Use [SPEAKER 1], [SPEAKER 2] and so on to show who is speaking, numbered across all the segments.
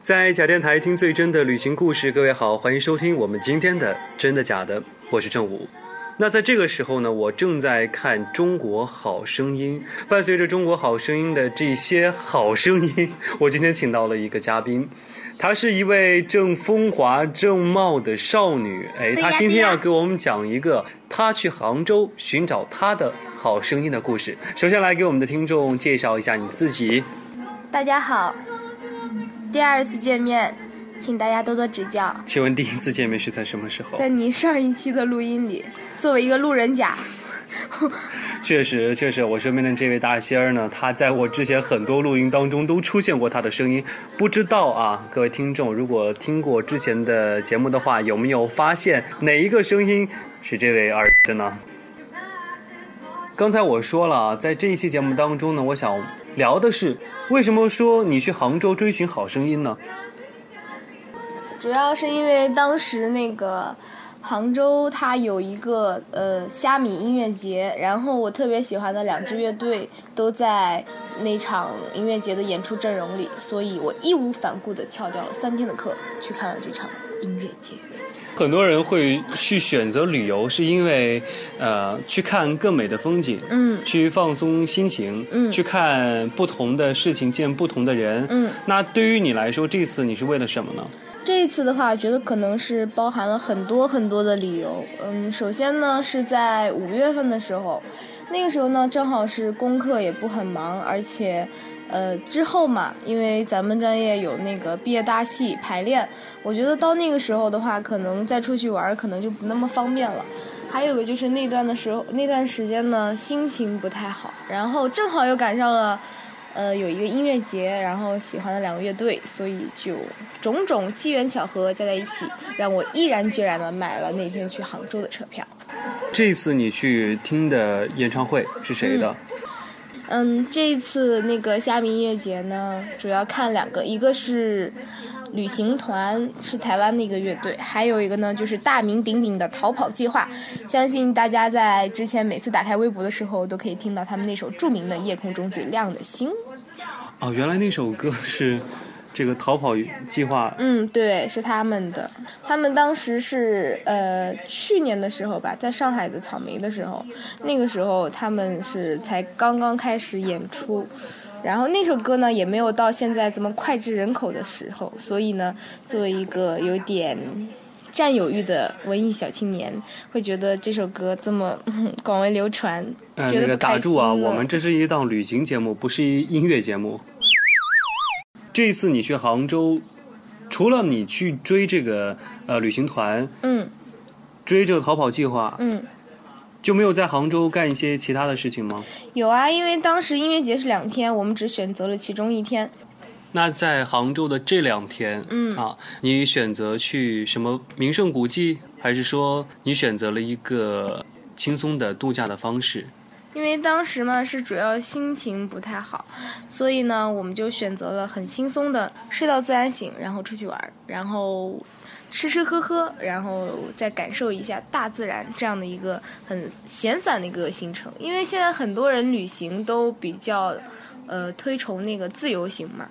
[SPEAKER 1] 在假电台听最真的旅行故事，各位好，欢迎收听我们今天的真的假的，我是正午。那在这个时候呢，我正在看《中国好声音》，伴随着《中国好声音》的这些好声音，我今天请到了一个嘉宾，她是一位正风华正茂的少女，哎，
[SPEAKER 2] 对呀
[SPEAKER 1] 她今天
[SPEAKER 2] 对呀
[SPEAKER 1] 要给我们讲一个她去杭州寻找她的好声音的故事。首先来给我们的听众介绍一下你自己。
[SPEAKER 2] 大家好，第二次见面，请大家多多指教。
[SPEAKER 1] 请问第一次见面是在什么时候？
[SPEAKER 2] 在你上一期的录音里，作为一个路人甲，
[SPEAKER 1] 确实，确实，我身边的这位大仙儿呢，他在我之前很多录音当中都出现过他的声音。不知道啊，各位听众，如果听过之前的节目的话，有没有发现哪一个声音是这位二的呢？刚才我说了啊，在这一期节目当中呢，我想聊的是为什么说你去杭州追寻好声音呢？
[SPEAKER 2] 主要是因为当时那个杭州它有一个呃虾米音乐节，然后我特别喜欢的两支乐队都在那场音乐节的演出阵容里，所以我义无反顾地翘掉了三天的课去看了这场音乐节。
[SPEAKER 1] 很多人会去选择旅游，是因为，呃，去看更美的风景，
[SPEAKER 2] 嗯
[SPEAKER 1] 去放松心情，
[SPEAKER 2] 嗯
[SPEAKER 1] 去看不同的事情，见不同的人，
[SPEAKER 2] 嗯。
[SPEAKER 1] 那对于你来说，这次你是为了什么呢？
[SPEAKER 2] 这一次的话，我觉得可能是包含了很多很多的理由。嗯，首先呢是在五月份的时候，那个时候呢正好是功课也不很忙，而且，呃之后嘛，因为咱们专业有那个毕业大戏排练，我觉得到那个时候的话，可能再出去玩儿可能就不那么方便了。还有一个就是那段的时候，那段时间呢心情不太好，然后正好又赶上了。呃，有一个音乐节，然后喜欢的两个乐队，所以就种种机缘巧合加在一起，让我毅然决然的买了那天去杭州的车票。
[SPEAKER 1] 这次你去听的演唱会是谁的？
[SPEAKER 2] 嗯，这一次那个虾米音乐节呢，主要看两个，一个是旅行团，是台湾的一个乐队，还有一个呢就是大名鼎鼎的逃跑计划。相信大家在之前每次打开微博的时候，都可以听到他们那首著名的《夜空中最亮的星》。
[SPEAKER 1] 哦，原来那首歌是这个逃跑计划。
[SPEAKER 2] 嗯，对，是他们的。他们当时是呃去年的时候吧，在上海的草莓的时候，那个时候他们是才刚刚开始演出，然后那首歌呢也没有到现在这么脍炙人口的时候，所以呢，作为一个有点占有欲的文艺小青年，会觉得这首歌这么、 嗯广为流传，
[SPEAKER 1] 呃，
[SPEAKER 2] 觉
[SPEAKER 1] 那
[SPEAKER 2] 得
[SPEAKER 1] 个
[SPEAKER 2] 不开
[SPEAKER 1] 打住啊，
[SPEAKER 2] 心了
[SPEAKER 1] 我们这是一档旅行节目，不是一音乐节目。这次你去杭州，除了你去追这个呃旅行团，
[SPEAKER 2] 嗯
[SPEAKER 1] 追这个逃跑计划，
[SPEAKER 2] 嗯。
[SPEAKER 1] 就没有在杭州干一些其他的事情吗？
[SPEAKER 2] 有啊，因为当时音乐节是两天，我们只选择了其中一天。
[SPEAKER 1] 那在杭州的这两天，
[SPEAKER 2] 嗯
[SPEAKER 1] 啊，你选择去什么名胜古迹，还是说你选择了一个轻松的度假的方式？
[SPEAKER 2] 因为当时嘛是主要心情不太好，所以呢我们就选择了很轻松的睡到自然醒，然后出去玩儿，然后吃吃喝喝，然后再感受一下大自然这样的一个很闲散的一个行程。因为现在很多人旅行都比较呃推崇那个自由行嘛，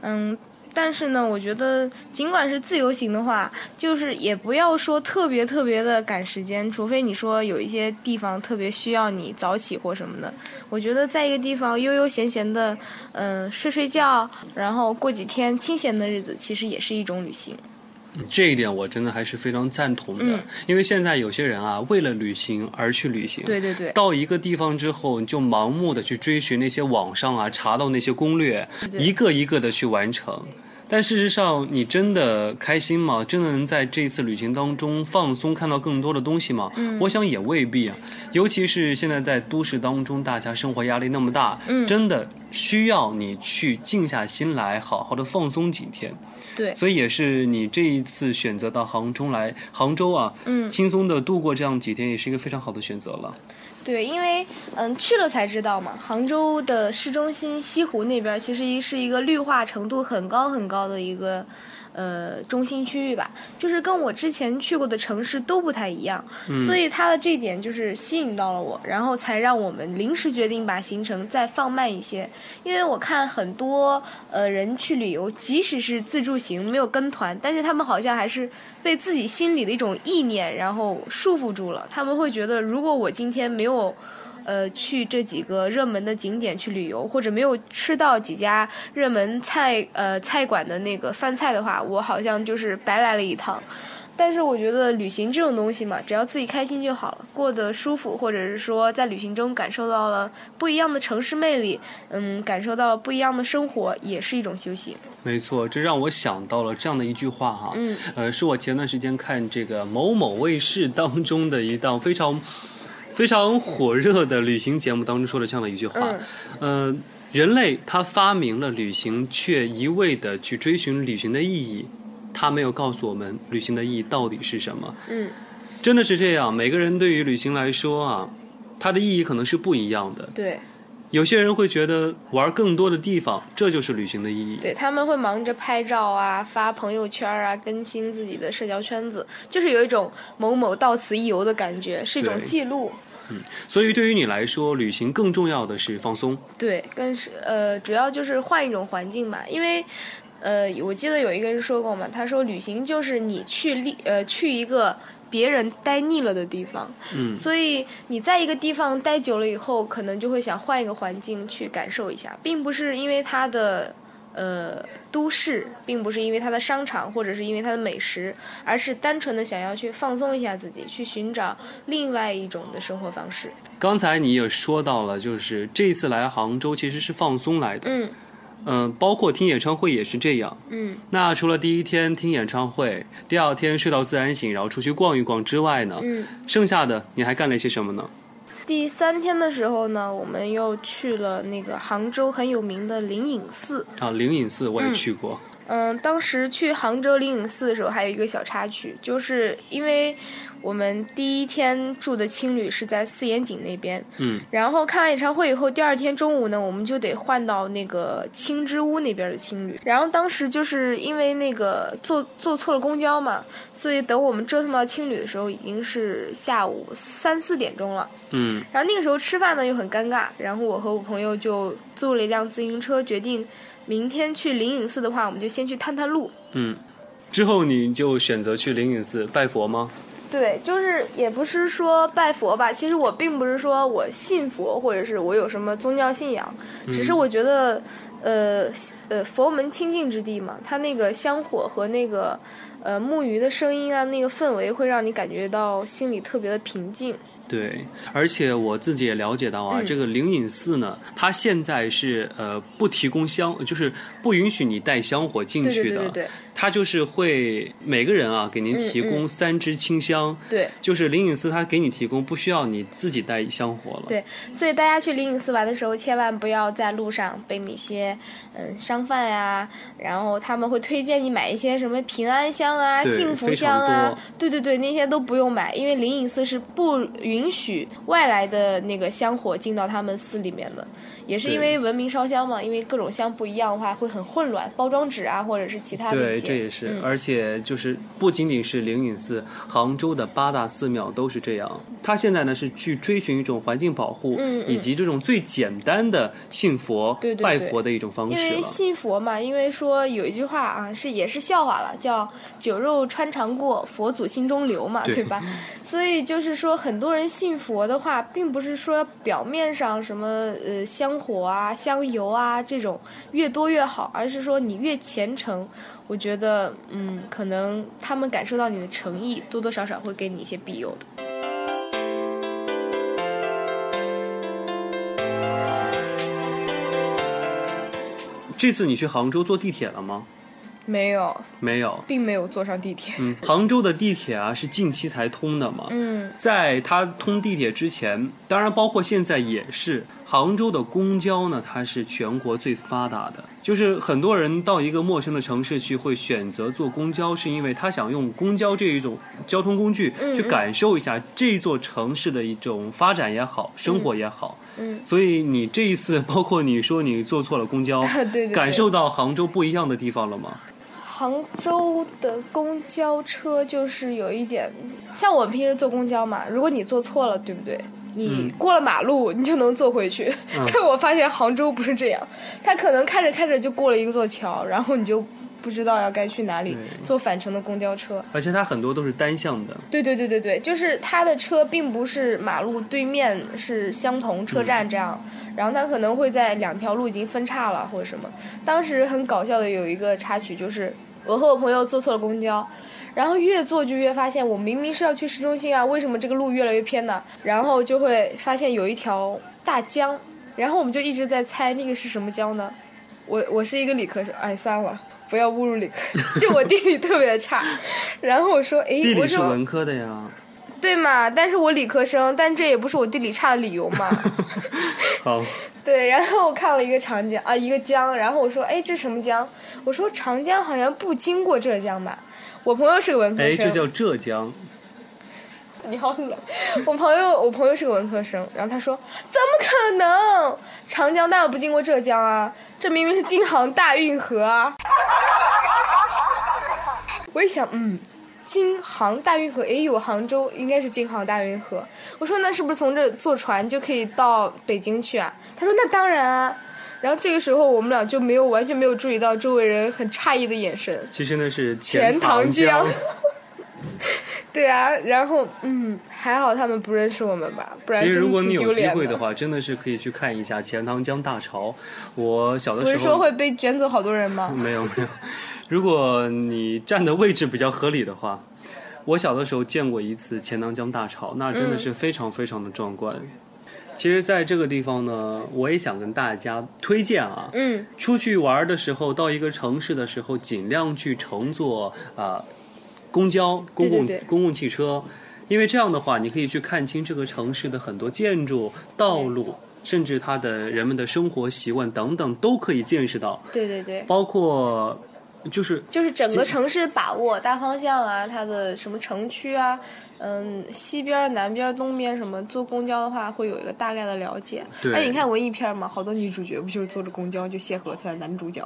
[SPEAKER 2] 嗯。但是呢，我觉得尽管是自由行的话，就是也不要说特别特别的赶时间，除非你说有一些地方特别需要你早起或什么的。我觉得在一个地方悠悠闲闲的，嗯、睡睡觉，然后过几天清闲的日子，其实也是一种旅行。
[SPEAKER 1] 这一点我真的还是非常赞同的，
[SPEAKER 2] 嗯
[SPEAKER 1] 因为现在有些人啊，为了旅行而去旅行，
[SPEAKER 2] 对对对，
[SPEAKER 1] 到一个地方之后，你就盲目的去追寻那些网上啊查到那些攻略，
[SPEAKER 2] 对
[SPEAKER 1] 一个一个的去完成。但事实上，你真的开心吗？真的能在这次旅行当中放松，看到更多的东西吗？
[SPEAKER 2] 嗯
[SPEAKER 1] 我想也未必啊。尤其是现在在都市当中，大家生活压力那么大，
[SPEAKER 2] 嗯
[SPEAKER 1] 真的需要你去静下心来，好好的放松几天。
[SPEAKER 2] 对
[SPEAKER 1] 所以也是你这一次选择到杭州来，杭州啊，
[SPEAKER 2] 嗯
[SPEAKER 1] 轻松的度过这样几天，也是一个非常好的选择了。
[SPEAKER 2] 对，因为嗯去了才知道嘛，杭州的市中心西湖那边其实一是一个绿化程度很高很高的一个。呃，中心区域吧，就是跟我之前去过的城市都不太一样，所以它的这点就是吸引到了我，然后才让我们临时决定把行程再放慢一些，因为我看很多呃人去旅游，即使是自助行没有跟团，但是他们好像还是被自己心里的一种意念然后束缚住了。他们会觉得，如果我今天没有。呃，去这几个热门的景点去旅游，或者没有吃到几家热门菜呃菜馆的那个饭菜的话，我好像就是白来了一趟。但是我觉得旅行这种东西嘛，只要自己开心就好了，过得舒服，或者是说在旅行中感受到了不一样的城市魅力，嗯，感受到不一样的生活，也是一种修行。
[SPEAKER 1] 没错，这让我想到了这样的一句话哈，
[SPEAKER 2] 嗯，
[SPEAKER 1] 呃，是我前段时间看这个某某卫视当中的一档非常非常火热的旅行节目当中说的这样的一句话，
[SPEAKER 2] 嗯
[SPEAKER 1] 呃，人类他发明了旅行，却一味的去追寻旅行的意义，他没有告诉我们旅行的意义到底是什么。
[SPEAKER 2] 嗯，
[SPEAKER 1] 真的是这样，每个人对于旅行来说啊，它的意义可能是不一样的。
[SPEAKER 2] 对
[SPEAKER 1] 有些人会觉得玩更多的地方，这就是旅行的意义。
[SPEAKER 2] 对，他们会忙着拍照啊，发朋友圈啊，更新自己的社交圈子，就是有一种某某到此一游的感觉，是一种
[SPEAKER 1] 对
[SPEAKER 2] 记录。
[SPEAKER 1] 所以对于你来说，旅行更重要的是放松。
[SPEAKER 2] 对，跟是呃，主要就是换一种环境吧，因为。呃，我记得有一个人说过嘛，他说旅行就是你去历呃去一个别人待腻了的地方，
[SPEAKER 1] 嗯，
[SPEAKER 2] 所以你在一个地方待久了以后，可能就会想换一个环境去感受一下，并不是因为它的呃都市，并不是因为它的商场或者是因为它的美食，而是单纯的想要去放松一下自己，去寻找另外一种的生活方式。
[SPEAKER 1] 刚才你也说到了，就是这次来杭州其实是放松来的。
[SPEAKER 2] 嗯
[SPEAKER 1] 嗯、包括听演唱会也是这样。
[SPEAKER 2] 嗯
[SPEAKER 1] 那除了第一天听演唱会，第二天睡到自然醒，然后出去逛一逛之外呢，
[SPEAKER 2] 嗯。
[SPEAKER 1] 剩下的你还干了些什么呢？
[SPEAKER 2] 第三天的时候呢，我们又去了那个杭州很有名的灵隐寺。
[SPEAKER 1] 啊，灵隐寺我也去过。
[SPEAKER 2] 嗯，当时去杭州灵隐寺的时候，还有一个小插曲，就是因为我们第一天住的青旅是在四眼井那边，
[SPEAKER 1] 嗯，
[SPEAKER 2] 然后看完演唱会以后，第二天中午呢，我们就得换到那个青之屋那边的青旅。然后当时就是因为那个坐坐错了公交嘛，所以等我们折腾到青旅的时候，已经是下午三四点钟了。
[SPEAKER 1] 嗯
[SPEAKER 2] 然后那个时候吃饭呢又很尴尬，然后我和我朋友就租了一辆自行车，决定明天去灵隐寺的话，我们就先去探探路。
[SPEAKER 1] 嗯，之后你就选择去灵隐寺拜佛吗？
[SPEAKER 2] 对，就是也不是说拜佛吧，其实我并不是说我信佛，或者是我有什么宗教信仰，只是我觉得，呃呃，佛门清净之地嘛，它那个香火和那个呃木鱼的声音啊，那个氛围会让你感觉到心里特别的平静。
[SPEAKER 1] 对，而且我自己也了解到啊，
[SPEAKER 2] 嗯
[SPEAKER 1] 这个灵隐寺呢，它现在是呃不提供香，就是不允许你带香火进
[SPEAKER 2] 对对
[SPEAKER 1] 去
[SPEAKER 2] 对
[SPEAKER 1] 的。
[SPEAKER 2] 对对嗯
[SPEAKER 1] 它就是会每个人啊给您提供三支清香，
[SPEAKER 2] 对。
[SPEAKER 1] 就是灵隐寺它给你提供，不需要你自己带香火了。
[SPEAKER 2] 对，所以大家去灵隐寺玩的时候，千万不要在路上被那些嗯商贩呀、然后他们会推荐你买一些什么平安香啊、
[SPEAKER 1] 对
[SPEAKER 2] 幸福
[SPEAKER 1] 非常
[SPEAKER 2] 香啊
[SPEAKER 1] 多，
[SPEAKER 2] 对对对，那些都不用买，因为灵隐寺是不允许外来的那个香火进到他们寺里面的。也是因
[SPEAKER 1] 对
[SPEAKER 2] 为文明烧香嘛，因为各种香不一样的话会很混乱，包装纸啊或者是其他的一
[SPEAKER 1] 对，
[SPEAKER 2] 些。
[SPEAKER 1] 这也是，
[SPEAKER 2] 嗯
[SPEAKER 1] 而且就是不仅仅是灵隐寺，杭州的八大寺庙都是这样。它现在呢是去追寻一种环境保护，
[SPEAKER 2] 嗯嗯
[SPEAKER 1] 以及这种最简单的信佛、
[SPEAKER 2] 对对对
[SPEAKER 1] 拜佛的一种方
[SPEAKER 2] 因
[SPEAKER 1] 式
[SPEAKER 2] 为
[SPEAKER 1] 了。
[SPEAKER 2] 信佛嘛，因为说有一句话啊，是也是笑话了，叫“酒肉穿肠过，佛祖心中留”嘛，
[SPEAKER 1] 对
[SPEAKER 2] 对 吧？所以就是说，很多人信佛的话，并不是说表面上什么呃香火啊、香油啊这种越多越好，而是说你越虔诚，我觉得嗯，可能他们感受到你的诚意，多多少少会给你一些庇佑的。
[SPEAKER 1] 这次你去杭州坐地铁了吗？
[SPEAKER 2] 没有，
[SPEAKER 1] 没有。
[SPEAKER 2] 并没有坐上地铁。
[SPEAKER 1] 嗯，杭州的地铁啊是近期才通的嘛。
[SPEAKER 2] 嗯，
[SPEAKER 1] 在它通地铁之前，当然包括现在也是，杭州的公交呢，它是全国最发达的。就是很多人到一个陌生的城市去，会选择坐公交，是因为他想用公交这一种交通工具
[SPEAKER 2] 嗯
[SPEAKER 1] 去感受一下这座城市的一种发展也好，生活也好。
[SPEAKER 2] 嗯，
[SPEAKER 1] 所以你这一次，包括你说你坐错了公交
[SPEAKER 2] 对 对对
[SPEAKER 1] 感受到杭州不一样的地方了吗？
[SPEAKER 2] 杭州的公交车就是有一点，像我平时坐公交嘛，如果你坐错了，对不对？你过了马路你就能坐回去。 但我发现杭州不是这样，它可能看着看着就过了一座桥，然后你就不知道要该去哪里，坐返程的公交车。
[SPEAKER 1] 而且它很多都是单向的，
[SPEAKER 2] 对对对对对，就是他的车并不是马路对面是相同
[SPEAKER 1] 嗯
[SPEAKER 2] 车站这样，然后他可能会在两条路已经分叉了或者什么。当时很搞笑的有一个插曲，就是我和我朋友坐错了公交，然后越坐就越发现我明明是要去市中心啊，为什么这个路越来越偏呢？然后就会发现有一条大江，然后我们就一直在猜那个是什么江呢？我我是一个理科生，哎，算了。不要侮辱理科， 就我地理特别差，然后我说，哎，
[SPEAKER 1] 地
[SPEAKER 2] 我
[SPEAKER 1] 理是
[SPEAKER 2] 说
[SPEAKER 1] 文科的 呀。
[SPEAKER 2] 对嘛？但是我理科生，但这也不是我地理差的理由嘛。
[SPEAKER 1] 好，
[SPEAKER 2] 对，然后我看了一个长江啊，一个江，然后我说，哎，这什么江？我说长江好像不经过浙江吧？我朋友是个文科
[SPEAKER 1] 哎，
[SPEAKER 2] 生，
[SPEAKER 1] 这叫浙江。
[SPEAKER 2] 你好冷。我朋友，我朋友是个文科生，然后他说，怎么可能？长江当然不经过浙江啊，这明明是京杭大运河啊。我一想，嗯。京杭大运河，诶，有杭州，应该是京杭大运河。我说那是不是从这儿坐船就可以到北京去啊？他说那当然啊。然后这个时候我们俩就没有完全没有注意到周围人很诧异的眼神，
[SPEAKER 1] 其实呢是
[SPEAKER 2] 钱塘
[SPEAKER 1] 塘
[SPEAKER 2] 江。 对啊，然后嗯，还好他们不认识我们吧，不然
[SPEAKER 1] 其
[SPEAKER 2] 哎真
[SPEAKER 1] 实
[SPEAKER 2] 的
[SPEAKER 1] 如果你
[SPEAKER 2] 挺丢
[SPEAKER 1] 有机
[SPEAKER 2] 脸
[SPEAKER 1] 会
[SPEAKER 2] 的
[SPEAKER 1] 的，话，真的是可以去看一下钱塘江大潮。我小的
[SPEAKER 2] 不是
[SPEAKER 1] 时候
[SPEAKER 2] 说会被卷走好多人吗？
[SPEAKER 1] 没有没有，如果你站的位置比较合理的话，我小的时候见过一次钱塘江大潮，那
[SPEAKER 2] 嗯
[SPEAKER 1] 真的是非常非常的壮观。其实，在这个地方呢，我也想跟大家推荐啊，
[SPEAKER 2] 嗯，
[SPEAKER 1] 出去玩的时候，到一个城市的时候，尽量去乘坐啊、呃公交、公共
[SPEAKER 2] 对对对
[SPEAKER 1] 公共汽车，因为这样的话，你可以去看清这个城市的很多建筑、道路，甚至它的人们的生活习惯等等，都可以见识到。
[SPEAKER 2] 对对对，
[SPEAKER 1] 包括就是
[SPEAKER 2] 就是整个城市把握大方向啊，它的什么城区啊，嗯，西边、南边、东边什么，坐公交的话会有一个大概的了解。哎
[SPEAKER 1] 对
[SPEAKER 2] 而且你看文艺片嘛，好多女主角不就是坐着公交就邂逅了她的男主角？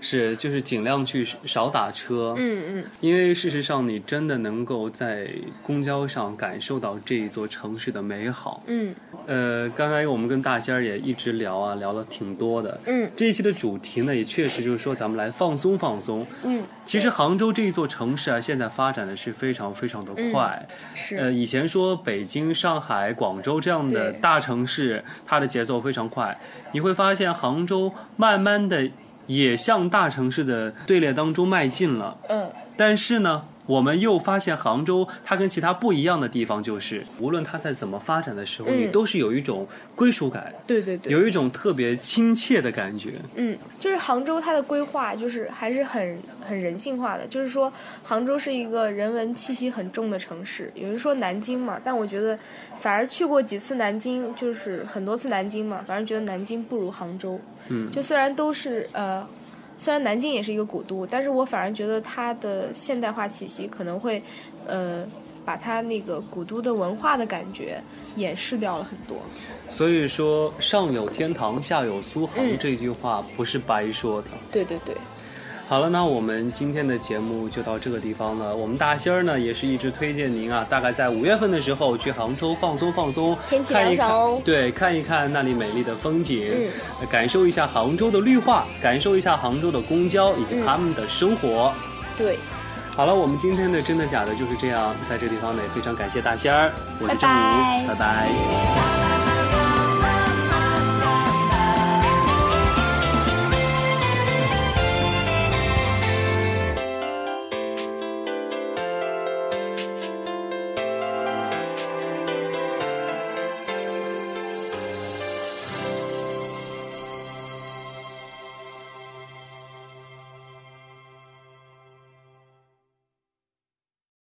[SPEAKER 1] 是就是尽量去少打车，
[SPEAKER 2] 嗯嗯，
[SPEAKER 1] 因为事实上你真的能够在公交上感受到这一座城市的美好。
[SPEAKER 2] 嗯，
[SPEAKER 1] 呃，刚才我们跟大仙儿也一直聊啊，聊了挺多的。
[SPEAKER 2] 嗯，
[SPEAKER 1] 这一期的主题呢，也确实就是说咱们来放松放松。
[SPEAKER 2] 嗯，
[SPEAKER 1] 其实杭州这一座城市啊，现在发展的是非常非常的快。呃，
[SPEAKER 2] 嗯是，
[SPEAKER 1] 以前说北京、上海、广州这样的
[SPEAKER 2] 对
[SPEAKER 1] 大城市，它的节奏非常快。你会发现杭州慢慢的也向大城市的队列当中迈进了。
[SPEAKER 2] 嗯，
[SPEAKER 1] 但是呢，我们又发现杭州它跟其他不一样的地方就是，无论它在怎么发展的时候，
[SPEAKER 2] 嗯
[SPEAKER 1] 你都是有一种归属感，
[SPEAKER 2] 对对对。
[SPEAKER 1] 有一种特别亲切的感觉。
[SPEAKER 2] 嗯，就是杭州它的规划就是还是很很人性化的，就是说杭州是一个人文气息很重的城市。有人说南京嘛，但我觉得反而去过几次南京，就是很多次南京嘛，反而觉得南京不如杭州。
[SPEAKER 1] 嗯
[SPEAKER 2] 就虽然都是呃，虽然南京也是一个古都，但是我反而觉得它的现代化气息可能会呃把它那个古都的文化的感觉掩饰掉了很多。
[SPEAKER 1] 所以说，上有天堂，下有苏杭、
[SPEAKER 2] 嗯
[SPEAKER 1] 这句话不是白说的。
[SPEAKER 2] 对对对，
[SPEAKER 1] 好了，那我们今天的节目就到这个地方了。我们大仙儿呢也是一直推荐您啊，大概在五月份的时候去杭州放松放松，
[SPEAKER 2] 天气
[SPEAKER 1] 看一看
[SPEAKER 2] 凉爽哦
[SPEAKER 1] 对，看一看那里美丽的风景，
[SPEAKER 2] 嗯
[SPEAKER 1] 呃感受一下杭州的绿化，感受一下杭州的公交以及
[SPEAKER 2] 嗯
[SPEAKER 1] 他们的生活。
[SPEAKER 2] 对，
[SPEAKER 1] 好了，我们今天的真的假的就是这样，在这地方呢也非常感谢大仙儿，我是
[SPEAKER 2] 拜
[SPEAKER 1] 张茹，拜拜
[SPEAKER 2] 拜拜拜。